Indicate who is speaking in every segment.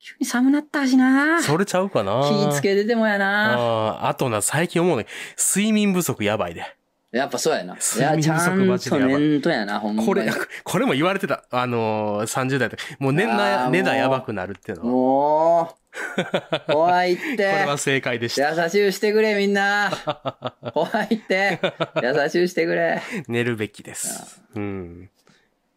Speaker 1: 急に寒なったしな
Speaker 2: それちゃうかな
Speaker 1: 気つけててもやな
Speaker 2: あーあとな、最近思うね。睡眠不足やばいで。
Speaker 1: やっぱそうやな。い
Speaker 2: 睡
Speaker 1: や、
Speaker 2: 眠
Speaker 1: ち
Speaker 2: 不
Speaker 1: ゃ
Speaker 2: 足マ
Speaker 1: ん
Speaker 2: ジで
Speaker 1: と
Speaker 2: やばい
Speaker 1: 面とやな、ほんまに
Speaker 2: これ、これも言われてた。あのー、30代とか。もう年
Speaker 1: あーも
Speaker 2: 内、
Speaker 1: う
Speaker 2: 値段やばくなるっていうのは。こ
Speaker 1: もう、怖いっ
Speaker 2: れ
Speaker 1: て。
Speaker 2: は正解でした。
Speaker 1: 優しゅうしてくれ、みん な。怖いって。優しゅうしてくれ。
Speaker 2: 寝るべきです。うん。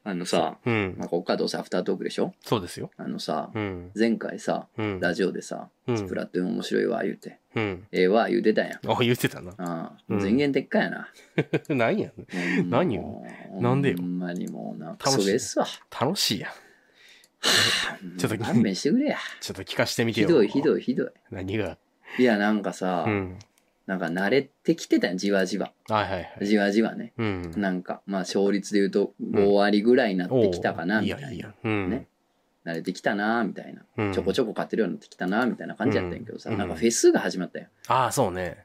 Speaker 1: あのさ、
Speaker 2: うん
Speaker 1: ま。あ、ここからどうせアフタートークでしょ
Speaker 2: そうですよ。
Speaker 1: あのさ、
Speaker 2: うん。
Speaker 1: 前回さ、
Speaker 2: うん。
Speaker 1: ラジオでさ、
Speaker 2: うん
Speaker 1: スプラトゥーン面白いわ、言うて。
Speaker 2: うん。
Speaker 1: ええわ、言うてたやん。。
Speaker 2: あ、言ってたな
Speaker 1: ああ、
Speaker 2: うん
Speaker 1: 全言でっかやな。
Speaker 2: 何やねん。
Speaker 1: ほんま
Speaker 2: 何よ
Speaker 1: もう
Speaker 2: なんでよ
Speaker 1: ほんまにもうな、ク
Speaker 2: 楽しい
Speaker 1: ソゲーっすわ。
Speaker 2: 楽しいやん。ちょっと
Speaker 1: 勘弁してくれや。
Speaker 2: ちょっと聞かしてみ
Speaker 1: ひ
Speaker 2: てよ。
Speaker 1: どいひ
Speaker 2: い。
Speaker 1: どいひどい。
Speaker 2: 何が。
Speaker 1: いや、なんかさ、
Speaker 2: うん。
Speaker 1: なんか慣れてきてたやん、じわじわ。
Speaker 2: はいはいはい。
Speaker 1: じわじわね。
Speaker 2: うん。
Speaker 1: なんか、まあ、勝率で言うと5割ぐらいになってきたかな、
Speaker 2: おうい
Speaker 1: み
Speaker 2: や
Speaker 1: たい
Speaker 2: いや
Speaker 1: な。。
Speaker 2: うん。
Speaker 1: ね慣れてきたな、みたいな。
Speaker 2: うん、
Speaker 1: ちょこち
Speaker 2: ょ
Speaker 1: ょこ勝てるようになってきたな、みたいな感じやったんやけどさ、
Speaker 2: うん
Speaker 1: なんかフェスが始まったよ。
Speaker 2: ああ、そうね。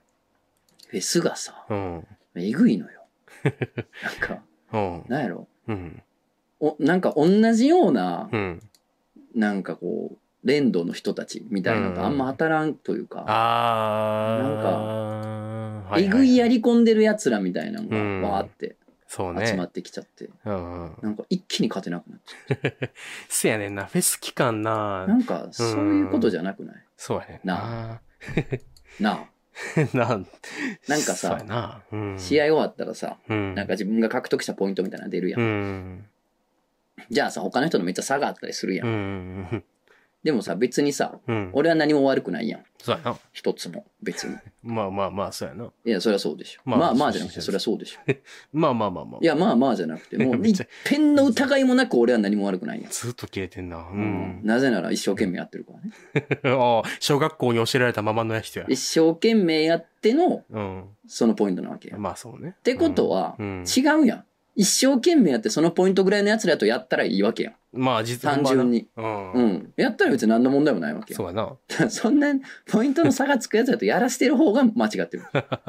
Speaker 1: フェスがさ、
Speaker 2: うん。
Speaker 1: えぐいのよ。なん か、
Speaker 2: うん。
Speaker 1: なんやろ。
Speaker 2: うん。
Speaker 1: おなんか同じような
Speaker 2: う、ん。
Speaker 1: なんかこう、連動の人たちみたいなのがあんま当たらんというか、
Speaker 2: ああ。
Speaker 1: なんか
Speaker 2: はは
Speaker 1: えぐいやり込んでるやつらみたいなのが
Speaker 2: うん
Speaker 1: わーって
Speaker 2: そう
Speaker 1: 集
Speaker 2: ね
Speaker 1: ま。ってきちゃって、
Speaker 2: うんうん。
Speaker 1: なんか一気に勝てなくなっちゃ
Speaker 2: せやねんな。フェス期間
Speaker 1: う。
Speaker 2: な
Speaker 1: な。んかそういうことじゃなくない
Speaker 2: そうやねん
Speaker 1: な
Speaker 2: な。
Speaker 1: な
Speaker 2: な
Speaker 1: あ。
Speaker 2: ん
Speaker 1: なんか
Speaker 2: そうや
Speaker 1: さ、
Speaker 2: な。うん。
Speaker 1: 試合終わったらさ、
Speaker 2: うん。
Speaker 1: なんか自分が獲得したポイントみたいなの出るや。
Speaker 2: うんん。
Speaker 1: じゃあさ、他の人のめっちゃ差があったりするや。
Speaker 2: うんん。
Speaker 1: でもさ、別にさ、
Speaker 2: うん。
Speaker 1: 俺は何も悪くないやん。
Speaker 2: そうやな。
Speaker 1: 一つも、別に。
Speaker 2: まあまあまあ、そうやな。
Speaker 1: いや、そりゃそうでしょ。
Speaker 2: まあ
Speaker 1: まあまあじゃなくて、そ
Speaker 2: そう
Speaker 1: り
Speaker 2: そ
Speaker 1: ゃそうでしょ。
Speaker 2: まあまあまあまあ
Speaker 1: い。や、まあまあじゃなくて、もう
Speaker 2: めっ
Speaker 1: 一
Speaker 2: ちゃ
Speaker 1: 辺の疑いもなく俺は何も悪くないやん。
Speaker 2: ずっと切れてんな。う
Speaker 1: うん
Speaker 2: ん。
Speaker 1: なぜなら一生懸命やってるからね。
Speaker 2: ああ、小学校に教えられたままのや人や。
Speaker 1: 一生懸命やっての
Speaker 2: うん。
Speaker 1: そのポイントなわけや。っ
Speaker 2: まあそうね。って
Speaker 1: ことは、
Speaker 2: うん
Speaker 1: 違うやん。一生懸命やってそのポイントぐらいのやつらとやったらいいわけやん。
Speaker 2: まあ実
Speaker 1: 単純に。
Speaker 2: うん。
Speaker 1: うん。やったら別に何の問題もないわけや
Speaker 2: そうやな。
Speaker 1: ん。 そんなポイントの差がつくやつらとやらしてる方が間違ってる。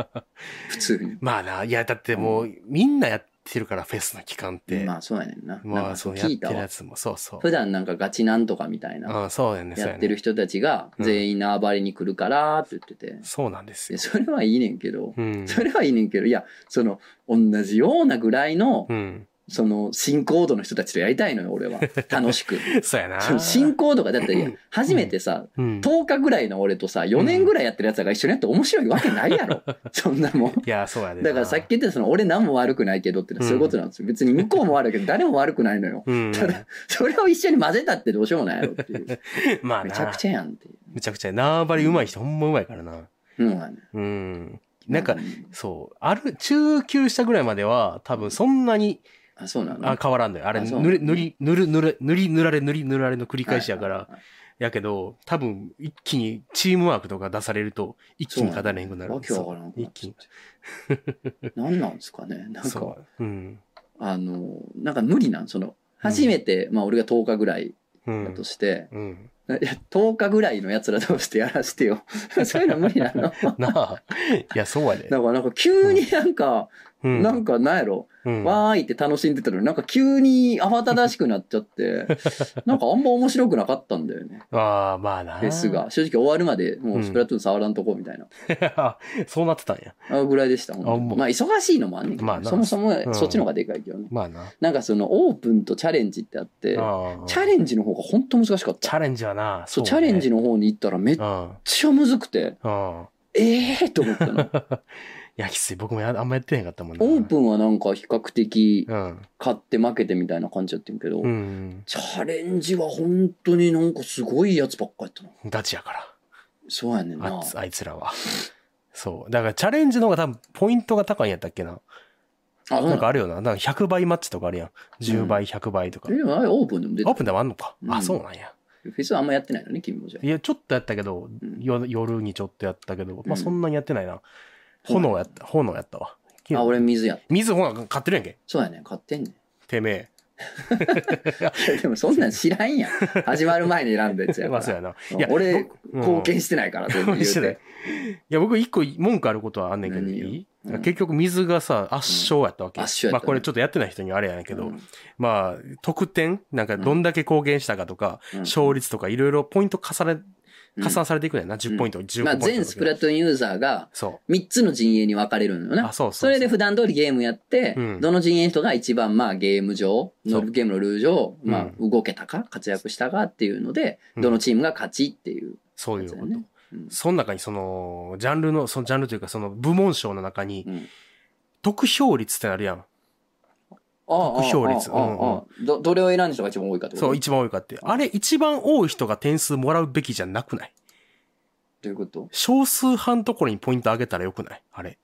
Speaker 1: 普通に。
Speaker 2: まあな、いやだってもうみんなやってるからフェスの期間って。
Speaker 1: まあそうやねんな。なん
Speaker 2: ま
Speaker 1: か
Speaker 2: あそうやっ
Speaker 1: 聞い
Speaker 2: て
Speaker 1: た
Speaker 2: る
Speaker 1: わ
Speaker 2: や。つもそうそう。
Speaker 1: 普段なんかガチなんとかみたいな、
Speaker 2: うん、そうやね。そう
Speaker 1: や
Speaker 2: や
Speaker 1: って
Speaker 2: ね。
Speaker 1: る人たちが
Speaker 2: うん
Speaker 1: 全員縄張りに来るからって言ってて。
Speaker 2: そうなんです
Speaker 1: で
Speaker 2: よ。
Speaker 1: それはいいねんけど、
Speaker 2: うん。
Speaker 1: それはいいねんけど、いや、その、同じようなぐらいの
Speaker 2: う、ん。
Speaker 1: その、新高度の人たちとやりたいのよ、俺は。楽し く。
Speaker 2: そうやな。
Speaker 1: その新高度が、だっていや、初めてさ、
Speaker 2: うん。
Speaker 1: 10日ぐらいの俺とさ、4年ぐらいやってる奴らが一緒にやって面白いわけないや ろ。そんなもん。
Speaker 2: いや、そうやでな。
Speaker 1: だからさっき言ったその、俺何も悪くないけどってのはそういうことなんですよ。別に向こうも悪いけど、誰も悪くないのよ。
Speaker 2: うん。
Speaker 1: ただ、それを一緒に混ぜたってどうしようもないやろっていう。
Speaker 2: まあ
Speaker 1: めちゃく
Speaker 2: な。
Speaker 1: ちゃやんっていう。
Speaker 2: めちゃくちゃや。縄張り上手い人ほんま上手いからな。
Speaker 1: うんまあね、
Speaker 2: うん。なんか
Speaker 1: う、
Speaker 2: そう。ある、中級したぐらいまでは、多分そんなに、
Speaker 1: あ、そうなの
Speaker 2: あ、変わらんのよ。あれ、
Speaker 1: あそう
Speaker 2: 塗れ、塗り、塗る、塗れ、塗り、塗られ、塗り、塗られの繰り
Speaker 1: 理
Speaker 2: 返しやから、やけど、多分、一気にチームワークとか出されると、一気に勝たれへんくなる。
Speaker 1: わけわからんくなっちゃって。 何なんですかねなん
Speaker 2: そ
Speaker 1: か、
Speaker 2: う。うん。
Speaker 1: あの、なんか無理なんその、初めて、まあ俺が10日ぐらい
Speaker 2: うん
Speaker 1: だとして、
Speaker 2: うん。
Speaker 1: いや、10日ぐらいの奴らどうしてやらしてよ。 そういうの無理 なの。だか
Speaker 2: なあ。いや、そうやで。
Speaker 1: らなんか急になんか、
Speaker 2: うん。
Speaker 1: なんかなんやろ、
Speaker 2: うん
Speaker 1: わーいって楽しんでたのに、なんか急に慌ただしくなっちゃ って、なんかあんま面白くなかったんだよね。
Speaker 2: ああ、まあな。
Speaker 1: フェスが。。正直終わるまでもうスプラトゥーン触らんとこみたいな。
Speaker 2: そうなってたんや。
Speaker 1: あぐらいでした、本当に
Speaker 2: もう
Speaker 1: まあ、忙しいのもあんねんけど、
Speaker 2: まあな
Speaker 1: そもそも
Speaker 2: うん
Speaker 1: そっちの方がでかいけどね。
Speaker 2: まあな。
Speaker 1: なんかその、オープンとチャレンジってあって、
Speaker 2: ああ
Speaker 1: チャレンジの方が本当難しかっ
Speaker 2: チ
Speaker 1: た。
Speaker 2: ャレンジはな。
Speaker 1: そう、
Speaker 2: ね
Speaker 1: チャレンジ。の方に行ったらめっ
Speaker 2: うん。うん。
Speaker 1: ちゃむずくて、ええー、と思ったの。
Speaker 2: いや、きつい。僕もやあんまやってへんかったもん
Speaker 1: オープンはなんか比較的
Speaker 2: ン。うん。
Speaker 1: 勝って負けてみたいな感じやってんけど、
Speaker 2: うん。
Speaker 1: チャレンジは本当になんかすごいやつばっかやったの。
Speaker 2: ガチやから。
Speaker 1: そうやねんな
Speaker 2: あ。あいつらは。そう。だからチャレンジの方が多分ポイントが高いんやったっけな。
Speaker 1: あ、そう
Speaker 2: な
Speaker 1: なんん
Speaker 2: か
Speaker 1: だ。
Speaker 2: あるよな。なんか100倍マッチとかあるやん。10倍、100倍とか。
Speaker 1: えでもあれオープンでも出
Speaker 2: オ
Speaker 1: て
Speaker 2: ープンでもあんのか。
Speaker 1: う
Speaker 2: あ、
Speaker 1: ん
Speaker 2: そうなんや。
Speaker 1: るフェスはあんまやってないのね、君もじゃあ
Speaker 2: いや、ちょっとやったけど、
Speaker 1: ん
Speaker 2: よ夜にちょっとやったけど、
Speaker 1: うん
Speaker 2: まあそんなにやってないな。
Speaker 1: そうなんだ
Speaker 2: 炎やった、炎やったわ。
Speaker 1: あ、俺水や。
Speaker 2: 水ほら買ってるやんけ。
Speaker 1: そうやねん、買ってんねん。
Speaker 2: てめ
Speaker 1: いやでもそんなん知らんやん。始まる前に選んだやつ
Speaker 2: え。
Speaker 1: や
Speaker 2: ま
Speaker 1: か
Speaker 2: あそうや
Speaker 1: ら。
Speaker 2: な。
Speaker 1: うん
Speaker 2: いや、
Speaker 1: 俺
Speaker 2: 僕、うん
Speaker 1: 貢献してないから、全部言う
Speaker 2: してない
Speaker 1: て。
Speaker 2: いや、僕一個文句あることはあんねんけど、
Speaker 1: 何
Speaker 2: い
Speaker 1: よ
Speaker 2: い
Speaker 1: うん
Speaker 2: 結局水がさ、圧勝やったわけ。
Speaker 1: 圧勝やったね
Speaker 2: まあこれちょっとやってない人にはあれやねんけど、
Speaker 1: うん
Speaker 2: まあ得点、なんかどんだけ貢献したかとか、
Speaker 1: うん
Speaker 2: 勝率とかいろいろポイント重ね、加算
Speaker 1: う
Speaker 2: されていくねんな、10ポイント、15
Speaker 1: ん
Speaker 2: ポ
Speaker 1: まあ、
Speaker 2: イントとか。
Speaker 1: 全スプラトゥーンユーザーが
Speaker 2: そ
Speaker 1: 3つの陣営に分かれるのよ
Speaker 2: う。
Speaker 1: な
Speaker 2: あ、。そうそ
Speaker 1: そ
Speaker 2: う
Speaker 1: れで普段通りゲームやって、
Speaker 2: うん
Speaker 1: どの陣営の人が一番まあゲーム上
Speaker 2: そ
Speaker 1: の、
Speaker 2: う
Speaker 1: ゲームのルール上、
Speaker 2: うん
Speaker 1: まあ動けたか、活躍したかっていうので、
Speaker 2: うん
Speaker 1: どのチームが勝ちっていう
Speaker 2: そう
Speaker 1: や
Speaker 2: いう
Speaker 1: つだ
Speaker 2: こ
Speaker 1: よね。。う
Speaker 2: と
Speaker 1: ん
Speaker 2: その中にその、ジャンルの、そのジャンルというかその部門賞の中に、
Speaker 1: うん
Speaker 2: 得票率ってなるやん。
Speaker 1: ああ
Speaker 2: 得票率
Speaker 1: ああああああど、どれを選んだ人が一番多いかってこと
Speaker 2: そう、一番多いかって。あれ、一番多い人が点数もらうべきじゃなくない
Speaker 1: ということ
Speaker 2: 少数派のところにポイントあげたらよくないあれ。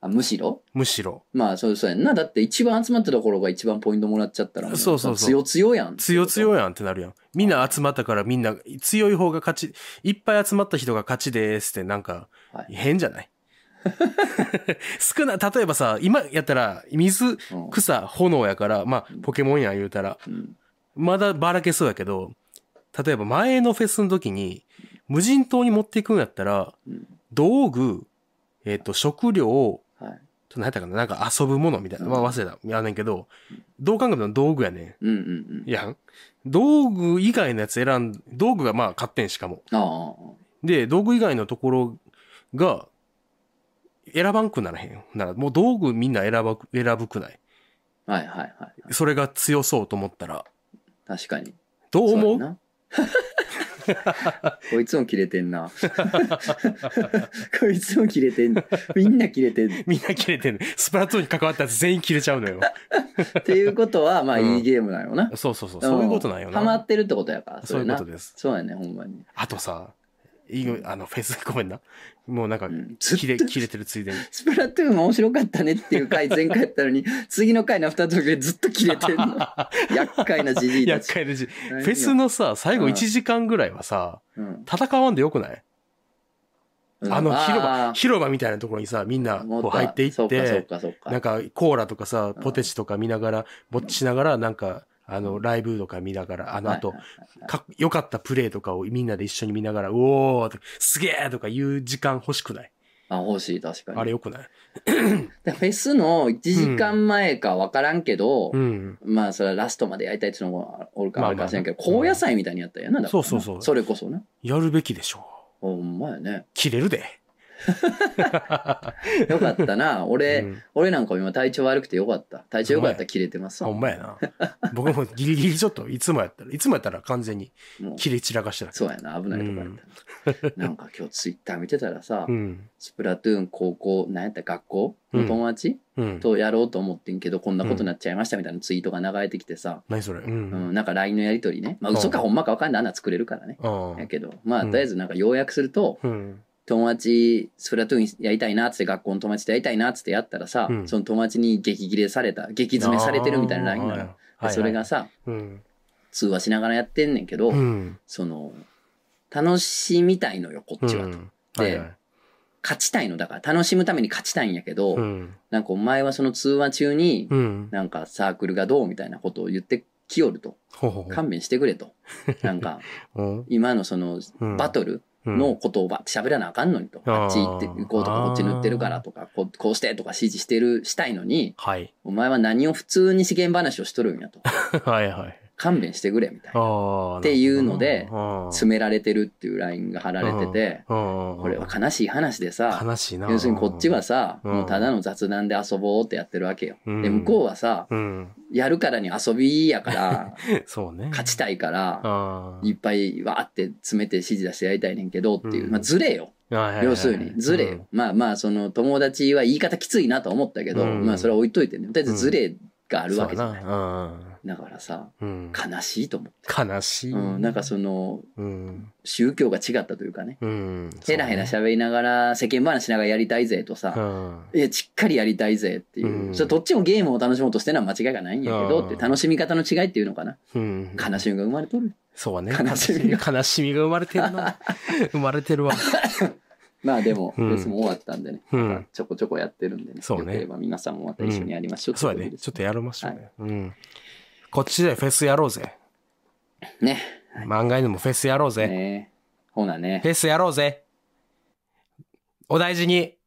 Speaker 1: あむしろ
Speaker 2: むしろ。
Speaker 1: まあそうそうやんな。だって一番集まったところが一番ポイントもらっちゃったらも
Speaker 2: そうそうそう
Speaker 1: 強強やん。
Speaker 2: 強強
Speaker 1: い。
Speaker 2: やんってなるやん。みんな集まったからみんな強い方が勝ち、いっぱい集まった人が勝ちですってなんか
Speaker 1: は、い
Speaker 2: 変じゃない 少な、例えばさ、今やったら水、
Speaker 1: うん
Speaker 2: 草、炎やから、まあ、ポケモンや言うたら、
Speaker 1: うん
Speaker 2: まだばらけそうやけど、例えば前のフェスの時に、無人島に持っていくんやったら、
Speaker 1: うん
Speaker 2: 道具、えっ、と、食料、
Speaker 1: はい
Speaker 2: ちょっと何やったかななんか遊ぶものみたいな。まあ忘れた。やねんけど、同感覚の道具やね
Speaker 1: うんうんうん
Speaker 2: ん。。やん。道具以外のやつ選ん、道具がまあ勝手にしかも。
Speaker 1: ああああ。
Speaker 2: で、道具以外のところが、選ばんくならへん。なら、もう道具みんな選ばく、選ぶくない。
Speaker 1: はいはいはい。
Speaker 2: それが強そうと思ったら、
Speaker 1: 確かに。
Speaker 2: どう思
Speaker 1: そうやな こいつも切れてんな。 こいつも切れてん。みんな切れてん。
Speaker 2: みんな切れてる。 スプラトゥーンに関わったやつ全員切れちゃうの よ。
Speaker 1: っていうことは、まあ、
Speaker 2: うん
Speaker 1: いいゲームなよな。
Speaker 2: そうそうそう。そういうことなんよ
Speaker 1: ハマ
Speaker 2: な。
Speaker 1: ってるってことやから。
Speaker 2: そう
Speaker 1: れ
Speaker 2: いうこ
Speaker 1: な
Speaker 2: とです。
Speaker 1: そうやね、ほんまに。
Speaker 2: あとさ、いいあの、フェス、 ごめんな。もうなんか
Speaker 1: う、ん、ずっ
Speaker 2: 切れ、
Speaker 1: と
Speaker 2: 切れてるつ いでに。
Speaker 1: スプラトゥーン面白かったねっていう回前回やったのに、 次の回のアフタートークでずっと切れてん の。厄介なじじいた
Speaker 2: 厄
Speaker 1: ち。
Speaker 2: 介だし。フ
Speaker 1: 何よ
Speaker 2: ェス、のさ、最後
Speaker 1: うん
Speaker 2: 1時間ぐらいはさ、
Speaker 1: うん
Speaker 2: 戦わんでよくない
Speaker 1: うん
Speaker 2: あの広
Speaker 1: あ
Speaker 2: 場、
Speaker 1: ー
Speaker 2: 広場みたいなところにさ、みんな
Speaker 1: も
Speaker 2: こ
Speaker 1: っ
Speaker 2: う
Speaker 1: と
Speaker 2: 入っていっ
Speaker 1: そうかそう
Speaker 2: て、
Speaker 1: かそうか。
Speaker 2: なんかコーラとかさ、
Speaker 1: うん
Speaker 2: ポテチとか見ながら、ぼっちしながら、なんか、あの、ライブとか見ながら、あの、
Speaker 1: は
Speaker 2: あ
Speaker 1: い
Speaker 2: と
Speaker 1: はい、
Speaker 2: か、良かったプレーとかをみんなで一緒に見ながら、うおーとか、すげーとかいう時間欲しくない
Speaker 1: あ、欲しい、確かに。
Speaker 2: あれよくない
Speaker 1: でフェスの1時間前か分からんけど、
Speaker 2: うん。
Speaker 1: まあそれはラストまでやりたいっていうのもおるか
Speaker 2: まあ
Speaker 1: あるかもしれんけど、
Speaker 2: まあね
Speaker 1: 高野菜みたいにやったよな、だからな
Speaker 2: そうそうそう
Speaker 1: それこそね。
Speaker 2: やるべきでしょ
Speaker 1: ほんまやね
Speaker 2: う。。切れるで。
Speaker 1: よかった な。俺、
Speaker 2: うん
Speaker 1: 俺なんかも今体調悪くてよかった。体調よかったら切れてますわ
Speaker 2: ほんまやな。僕もギリギリちょっと、いつもやったら、いつもやったら完全に
Speaker 1: もう
Speaker 2: 切れ散らかしてたけど。
Speaker 1: そうやな、危ないとこやったな。なんか今日ツイッター見てたらさ、
Speaker 2: うん。
Speaker 1: スプラトゥーン高校、なんやった学校の友達、
Speaker 2: うん。
Speaker 1: とやろうと思ってんけど、こんなことになっちゃいましたみたいなツイートが流れてきてさ、
Speaker 2: 何それう。
Speaker 1: うんん、なんか LINE のやりとりね。まあ
Speaker 2: うん
Speaker 1: 嘘かほんまか分かんない。あんなん作れるからね。
Speaker 2: あ
Speaker 1: やけど、まあ、
Speaker 2: うん
Speaker 1: とりあえずなんか要約すると、
Speaker 2: あ。うん。
Speaker 1: 友達、スプラトゥーンやりたいなっつって、学校の友達とやりたいなっつってやったらさ、
Speaker 2: うん
Speaker 1: その友達に激切れされた、激詰めされてるみたいなラインなの。で
Speaker 2: あー
Speaker 1: それが、さ、
Speaker 2: はいはいうん。
Speaker 1: 通話しながらやってんねんけど、
Speaker 2: うん。
Speaker 1: その、楽しみたいのよ、こ
Speaker 2: う
Speaker 1: っ
Speaker 2: ん
Speaker 1: ちは。で
Speaker 2: はいはい
Speaker 1: 勝ちたいの、だから楽しむために勝ちたいんやけど、
Speaker 2: うん。
Speaker 1: なんかお前はその通話中に、
Speaker 2: うん。
Speaker 1: なんかサークルがどうみたいなことを言ってきよると。
Speaker 2: ほうほう
Speaker 1: 勘弁してくれと。なん か、
Speaker 2: ほう
Speaker 1: 今のその、
Speaker 2: うん。
Speaker 1: バトル
Speaker 2: うん
Speaker 1: のことをばって喋らなあかんのにと、
Speaker 2: あー
Speaker 1: あっち行って行こうとか
Speaker 2: あー
Speaker 1: こっち塗ってるからとかこうこうしてとか指示してるしたいのに
Speaker 2: はい。
Speaker 1: お前は何を普通に世間話をしとるんやと
Speaker 2: はいはい。
Speaker 1: 勘弁してくれみたい
Speaker 2: あ
Speaker 1: な
Speaker 2: あ。
Speaker 1: っていうので
Speaker 2: 詰
Speaker 1: 詰められてるっていうラインが貼られてて
Speaker 2: こ
Speaker 1: これは悲しい話でさ
Speaker 2: 悲しいな。
Speaker 1: 要するにこっちはさ
Speaker 2: うん
Speaker 1: もうただの雑談で遊ぼうってやってるわけよ
Speaker 2: うん
Speaker 1: で向こうはさ
Speaker 2: うん。
Speaker 1: やるからに遊びやから
Speaker 2: そうね。
Speaker 1: 勝ちたいから
Speaker 2: あ
Speaker 1: いっぱいわーって詰めて指示出してやりたいねんけどっていううんまあズレよ
Speaker 2: あ。はいはいはい
Speaker 1: 要するに、ズレよ、。まあまあ、その友達は言い方きついなとは思ったけど、
Speaker 2: うん
Speaker 1: まあそれは置いといてね。とりあえずズレがあるわけじゃない。
Speaker 2: ない。
Speaker 1: だからさ、
Speaker 2: うん。
Speaker 1: 悲しいと思って。
Speaker 2: 悲しい。
Speaker 1: うん、なんかその、
Speaker 2: うん。
Speaker 1: 宗教が違ったというかね。
Speaker 2: うん。
Speaker 1: ヘラヘラ喋りながら、世間話しながらやりたいぜと
Speaker 2: う
Speaker 1: さ、
Speaker 2: ん。
Speaker 1: いや、しっかりやりたいぜっていうう。
Speaker 2: ん
Speaker 1: それどっちもゲームを楽しもうとしてるのは間違いがないんやけど、
Speaker 2: あー
Speaker 1: って楽しみ方の違いっていうのかな。
Speaker 2: うん。
Speaker 1: 悲しみが生まれとる。
Speaker 2: そうね。
Speaker 1: 悲しみ
Speaker 2: 悲しみが生まれて るな。生まれてるわ。
Speaker 1: まあでも、
Speaker 2: うん
Speaker 1: 別も終わったんでね。
Speaker 2: うん
Speaker 1: またちょこちょこやってるんでね。
Speaker 2: そうね
Speaker 1: よければ皆さんもまた一緒にやりましょう
Speaker 2: そう
Speaker 1: といこ
Speaker 2: やね。
Speaker 1: とです
Speaker 2: ちょっとやりましょうね。うん。こっちでフェスやろうぜ。
Speaker 1: ね。
Speaker 2: 漫画犬もフェスやろうぜ。
Speaker 1: ねほなね
Speaker 2: フ。ェスやろうぜ。お大事に。